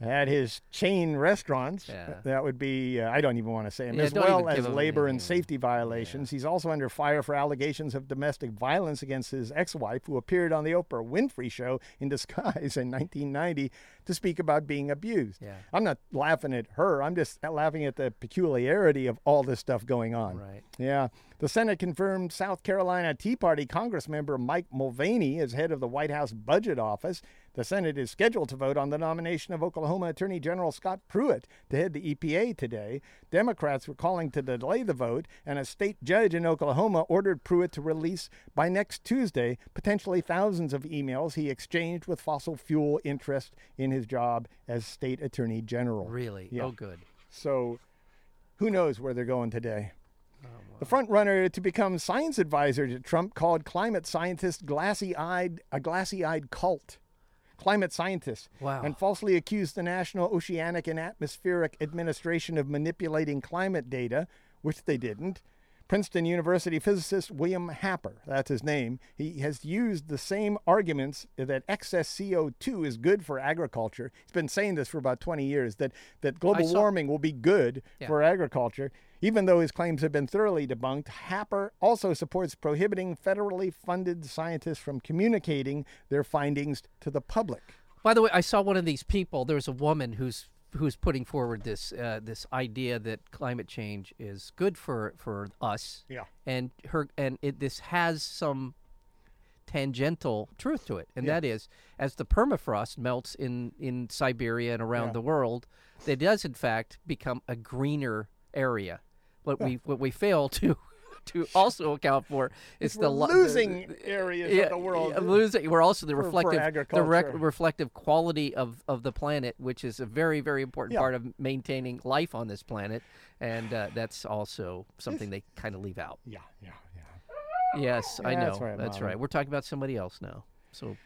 Speaker 1: at his chain restaurants.
Speaker 2: Yeah.
Speaker 1: That would be, uh, I don't even want to say him,
Speaker 2: Yeah,
Speaker 1: as
Speaker 2: don't
Speaker 1: well
Speaker 2: even
Speaker 1: as
Speaker 2: give him
Speaker 1: labor and
Speaker 2: anything.
Speaker 1: safety violations. He's also under fire for allegations of domestic violence against his ex wife, who appeared on the Oprah Winfrey Show in disguise in 1990 to speak about being abused.
Speaker 2: Yeah.
Speaker 1: I'm not laughing at her, I'm just laughing at the peculiarity of all this stuff going on.
Speaker 2: Right.
Speaker 1: Yeah. The Senate confirmed South Carolina Tea Party Congress member Mike Mulvaney as head of the White House Budget Office. The Senate is scheduled to vote on the nomination of Oklahoma Attorney General Scott Pruitt to head the EPA today. Democrats were calling to delay the vote, and a state judge in Oklahoma ordered Pruitt to release by next Tuesday potentially thousands of emails he exchanged with fossil fuel interest in his job as state attorney general.
Speaker 2: Really?
Speaker 1: Yeah.
Speaker 2: Oh, good.
Speaker 1: So who knows where they're going today? The front runner to become science advisor to Trump called climate scientists glassy-eyed a glassy-eyed cult. Climate scientists
Speaker 2: Wow.
Speaker 1: and falsely accused the National Oceanic and Atmospheric Administration of manipulating climate data, which they didn't. Princeton University physicist William Happer, that's his name, he has used the same arguments that excess CO2 is good for agriculture. He's been saying this for about 20 years that, that global
Speaker 2: saw-
Speaker 1: warming will be good for agriculture. Even though his claims have been thoroughly debunked, Happer also supports prohibiting federally funded scientists from communicating their findings to the public.
Speaker 2: By the way, I saw one of these people. There was a woman who's who's putting forward this uh, this idea that climate change is good for for us.
Speaker 1: Yeah.
Speaker 2: And her and it this has some tangential truth to it, and that is as the permafrost melts in in Siberia and around the world, it does in fact become a greener area. What we what we fail to to also account for is the
Speaker 1: We're
Speaker 2: lo- the-
Speaker 1: losing areas of the world.
Speaker 2: yeah, losing- we're also the reflective, the rec-
Speaker 1: agriculture.
Speaker 2: reflective quality of, of the planet, which is a very, very important
Speaker 1: Yeah.
Speaker 2: part of maintaining life on this planet, and uh, that's also something they kind of leave out.
Speaker 1: yeah, yeah, yeah.
Speaker 2: Yes, I
Speaker 1: Yeah,
Speaker 2: know.
Speaker 1: that's right, Mom.
Speaker 2: We're talking about somebody else now. So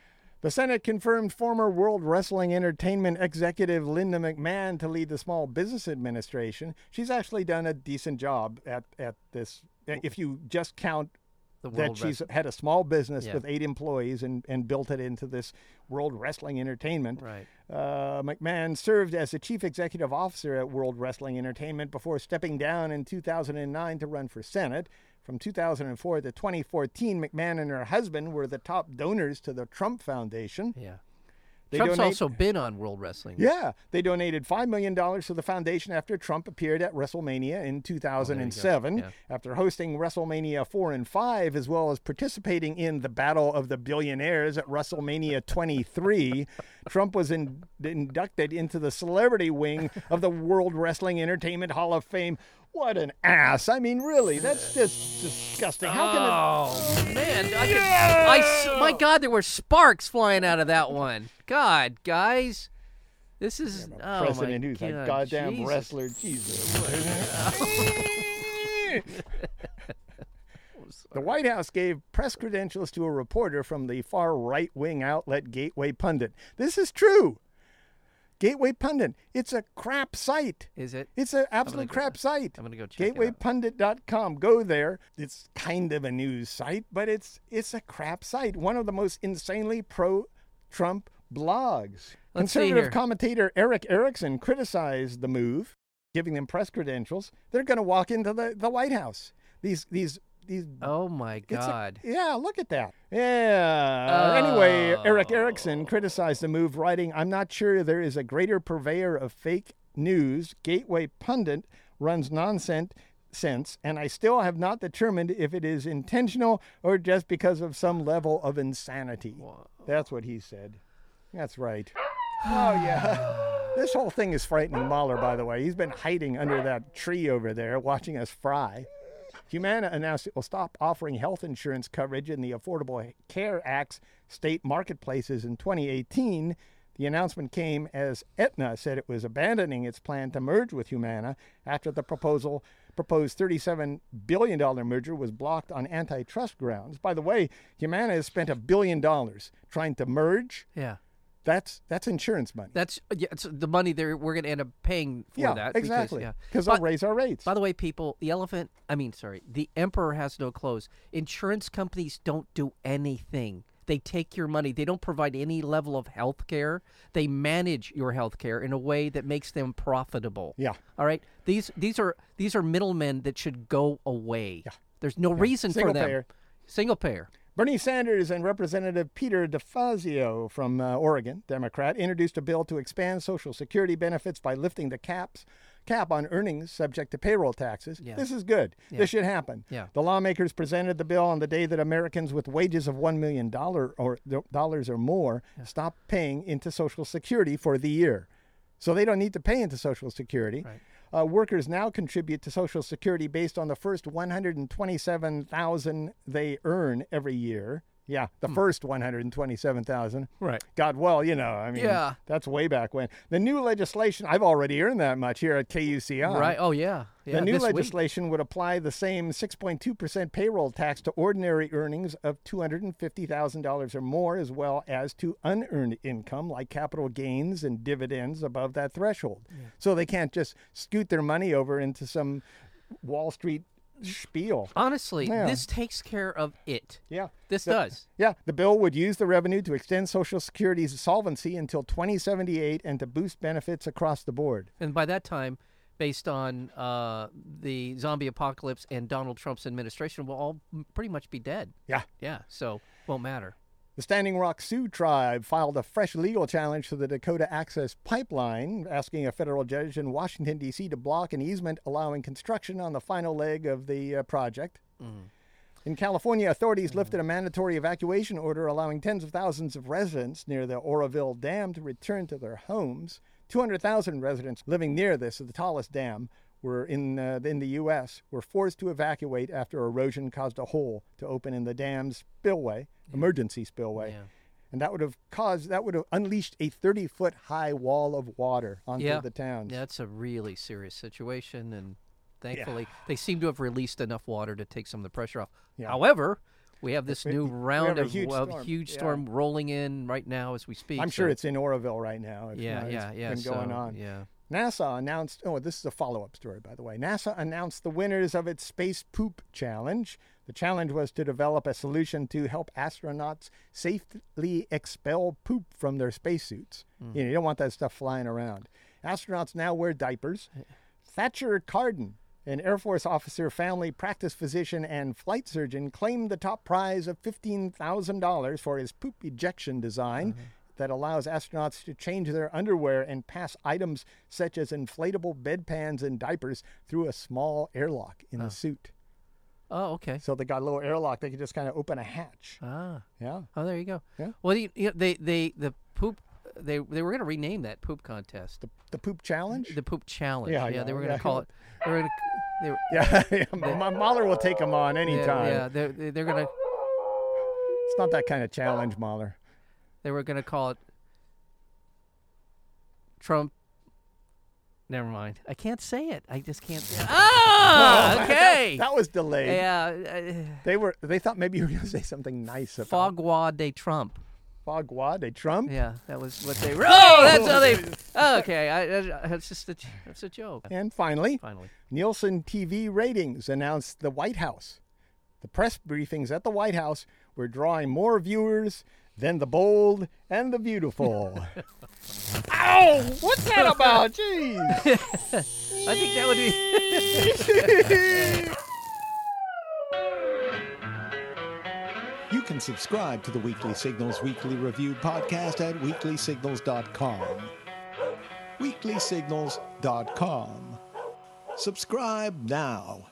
Speaker 1: The Senate confirmed former World Wrestling Entertainment executive Linda McMahon to lead the Small Business Administration. She's actually done a decent job at, at this, uh, if you just count
Speaker 2: the
Speaker 1: that
Speaker 2: world.
Speaker 1: she's
Speaker 2: rest-
Speaker 1: had a small business
Speaker 2: Yeah.
Speaker 1: with eight employees and, and built it into this World Wrestling Entertainment.
Speaker 2: Right.
Speaker 1: Uh, McMahon served as the chief executive officer at World Wrestling Entertainment before stepping down in 2009 to run for Senate. From 2004 to 2014, McMahon and her husband were the top donors to the Trump Foundation.
Speaker 2: Yeah.
Speaker 1: They
Speaker 2: Trump's
Speaker 1: donate-
Speaker 2: also been on World Wrestling.
Speaker 1: Yeah, they donated $5 million to the foundation after Trump appeared at WrestleMania in
Speaker 2: Oh,
Speaker 1: 2007.
Speaker 2: Yeah.
Speaker 1: After hosting WrestleMania 4 and 5, as well as participating in the Battle of the Billionaires at WrestleMania 23, Trump was in, inducted into the celebrity wing of the World Wrestling Entertainment Hall of Fame. What an ass. I mean, really, that's just disgusting. How can a
Speaker 2: Oh man, I, could, I s- my God, there were sparks flying out of that one. God, guys, this is oh
Speaker 1: president
Speaker 2: my
Speaker 1: who's
Speaker 2: God,
Speaker 1: a goddamn
Speaker 2: Jesus.
Speaker 1: wrestler? Jesus. The White House gave press credentials to a reporter from the far right wing outlet Gateway Pundit. This is true. Gateway Pundit, it's a crap site.
Speaker 2: Is it?
Speaker 1: It's an absolute
Speaker 2: go-
Speaker 1: crap site.
Speaker 2: I'm gonna go check it out.
Speaker 1: Gatewaypundit.com. Go there. It's kind of a news site, but it's it's a crap site. One of the most insanely pro-Trump blogs.
Speaker 2: Let's see
Speaker 1: Conservative
Speaker 2: here.
Speaker 1: commentator Eric Erickson criticized the move, giving them press credentials. They're going to walk into the, the White House. These these these
Speaker 2: Oh my
Speaker 1: it's a-
Speaker 2: God.
Speaker 1: yeah, look at that. Yeah. Anyway, Eric Erickson criticized the move, writing, I'm not sure there is a greater purveyor of fake news. Gateway Pundit runs nonsense. Sense, and I still have not determined if it is intentional or just because of some level of insanity. That's what he said. That's right. Oh, yeah. This whole thing is frightening Mahler, by the way. He's been hiding under that tree over there watching us fry. Humana announced it will stop offering health insurance coverage in the Affordable Care Act's state marketplaces in 2018. The announcement came as Aetna said it was abandoning its plan to merge with Humana after the proposal proposed $37 billion merger was blocked on antitrust grounds. By the way, Humana has spent a billion dollars trying to merge.
Speaker 2: Yeah.
Speaker 1: That's that's insurance money.
Speaker 2: That's yeah, it's the money there we're going to end up paying for
Speaker 1: yeah,
Speaker 2: that. because-
Speaker 1: exactly.
Speaker 2: yeah.
Speaker 1: Because
Speaker 2: But-
Speaker 1: they'll raise our rates.
Speaker 2: By the way, people, the elephant, I mean, sorry, the emperor has no clothes. Insurance companies don't do anything. They take your money. They don't provide any level of health care. They manage your health care in a way that makes them profitable.
Speaker 1: Yeah.
Speaker 2: All right. These these are these are middlemen that should go away. Yeah. There's no reason
Speaker 1: Single
Speaker 2: for them.
Speaker 1: payer.
Speaker 2: Single payer.
Speaker 1: Bernie Sanders and Representative Peter DeFazio from uh, Oregon, Democrat, introduced a bill to expand Social Security benefits by lifting the caps cap on earnings subject to payroll taxes. This is good. This should happen.
Speaker 2: Yeah.
Speaker 1: The lawmakers presented the bill on the day that Americans with wages of one million dollar or dollars or more stop paying into Social Security for the year. So they don't need to pay into Social Security. Uh, workers now contribute to Social Security based on the first 127,000 they earn every year. Yeah, the first 127,000.
Speaker 2: Hmm. Right.
Speaker 1: God, well, you know, I mean,
Speaker 2: Yeah.
Speaker 1: that's way back when. The new legislation, I've already earned that much here at KUCI.
Speaker 2: Right. Oh yeah. yeah
Speaker 1: Um, The new
Speaker 2: this week.
Speaker 1: legislation would apply the same 6.2% payroll tax to ordinary earnings of $250,000 or more, as well as to unearned income like capital gains and dividends above that threshold. So they can't just scoot their money over into some Wall Street spiel.
Speaker 2: Honestly,
Speaker 1: Yeah.
Speaker 2: this takes care of it.
Speaker 1: Yeah.
Speaker 2: This
Speaker 1: The-
Speaker 2: does.
Speaker 1: Yeah, the bill would use the revenue to extend Social Security's solvency until 2078 and to boost benefits across the board.
Speaker 2: And by that time, based on uh, the zombie apocalypse and Donald Trump's administration, we'll all m- pretty much be dead.
Speaker 1: Yeah.
Speaker 2: Yeah. So won't matter.
Speaker 1: The Standing Rock Sioux tribe filed a fresh legal challenge to the Dakota Access Pipeline, asking a federal judge in Washington, D.C. to block an easement allowing construction on the final leg of the uh, project. In California, authorities lifted
Speaker 2: Mm.
Speaker 1: a mandatory evacuation order allowing tens of thousands of residents near the Oroville Dam to return to their homes. 200,000 residents living near this, the tallest dam, were in, uh, in the U.S., were forced to evacuate after erosion caused a hole to open in the dam's spillway, emergency spillway. And that would have caused, that would have unleashed a 30 foot high wall of water onto
Speaker 2: Yeah.
Speaker 1: the towns.
Speaker 2: Yeah, That's a really serious situation, and thankfully they seem to have released enough water to take some of the pressure off.
Speaker 1: Yeah.
Speaker 2: However, we have this new round
Speaker 1: have a
Speaker 2: of
Speaker 1: huge
Speaker 2: of
Speaker 1: storm.
Speaker 2: huge
Speaker 1: Yeah.
Speaker 2: storm rolling in right now as we speak.
Speaker 1: I'm sure
Speaker 2: so-
Speaker 1: it's in Oroville right now. If
Speaker 2: yeah,
Speaker 1: not,
Speaker 2: yeah,
Speaker 1: it's
Speaker 2: yeah.
Speaker 1: Been going
Speaker 2: so,
Speaker 1: on.
Speaker 2: Yeah.
Speaker 1: NASA announced, oh, this is a follow up story, by the way. NASA announced the winners of its Space Poop Challenge. The challenge was to develop a solution to help astronauts safely expel poop from their spacesuits. You know, you don't want that stuff flying around. Astronauts now wear diapers. Thatcher Carden An Air Force officer, family practice physician, and flight surgeon claimed the top prize of $15,000 for his poop ejection design
Speaker 2: Uh-huh.
Speaker 1: that allows astronauts to change their underwear and pass items such as inflatable bedpans and diapers through a small airlock
Speaker 2: Uh.
Speaker 1: in the suit.
Speaker 2: Oh, okay.
Speaker 1: So they got a little airlock, they could just kind of open a hatch.
Speaker 2: Ah.
Speaker 1: Yeah.
Speaker 2: Oh, there you go.
Speaker 1: Yeah.
Speaker 2: Well, you, you know, they they the poop they they were going to rename that poop contest
Speaker 1: The, the poop challenge?
Speaker 2: the poop challenge.
Speaker 1: Yeah,
Speaker 2: Yeah,
Speaker 1: yeah,
Speaker 2: they were going to
Speaker 1: yeah.
Speaker 2: call it. They were going to. They were,
Speaker 1: yeah. yeah. Ma- Mahler will take them on
Speaker 2: yeah,
Speaker 1: anytime.
Speaker 2: yeah, they're they're going to
Speaker 1: It's not that kind of challenge, Mahler.
Speaker 2: they were going to call it Trump. Never mind. I can't say it. I just can't. Say it. Ah, okay.
Speaker 1: Oh, That was delayed.
Speaker 2: yeah,
Speaker 1: They were. They thought maybe you were going to say something nice
Speaker 2: uh,
Speaker 1: about
Speaker 2: Fogwa de Trump.
Speaker 1: Fogwa de Trump.
Speaker 2: Yeah, that was what they. Oh, that's how they. Okay, I, I, that's just a that's a joke.
Speaker 1: And finally,
Speaker 2: Finally.
Speaker 1: Nielsen TV ratings announced the White House. The press briefings at the White House were drawing more viewers than the bold and the beautiful. Ow! What's that about? Jeez.
Speaker 2: I think that would be.
Speaker 4: You can subscribe to the Weekly Signals Weekly Review podcast at weeklysignals.com. Weeklysignals.com. Subscribe now.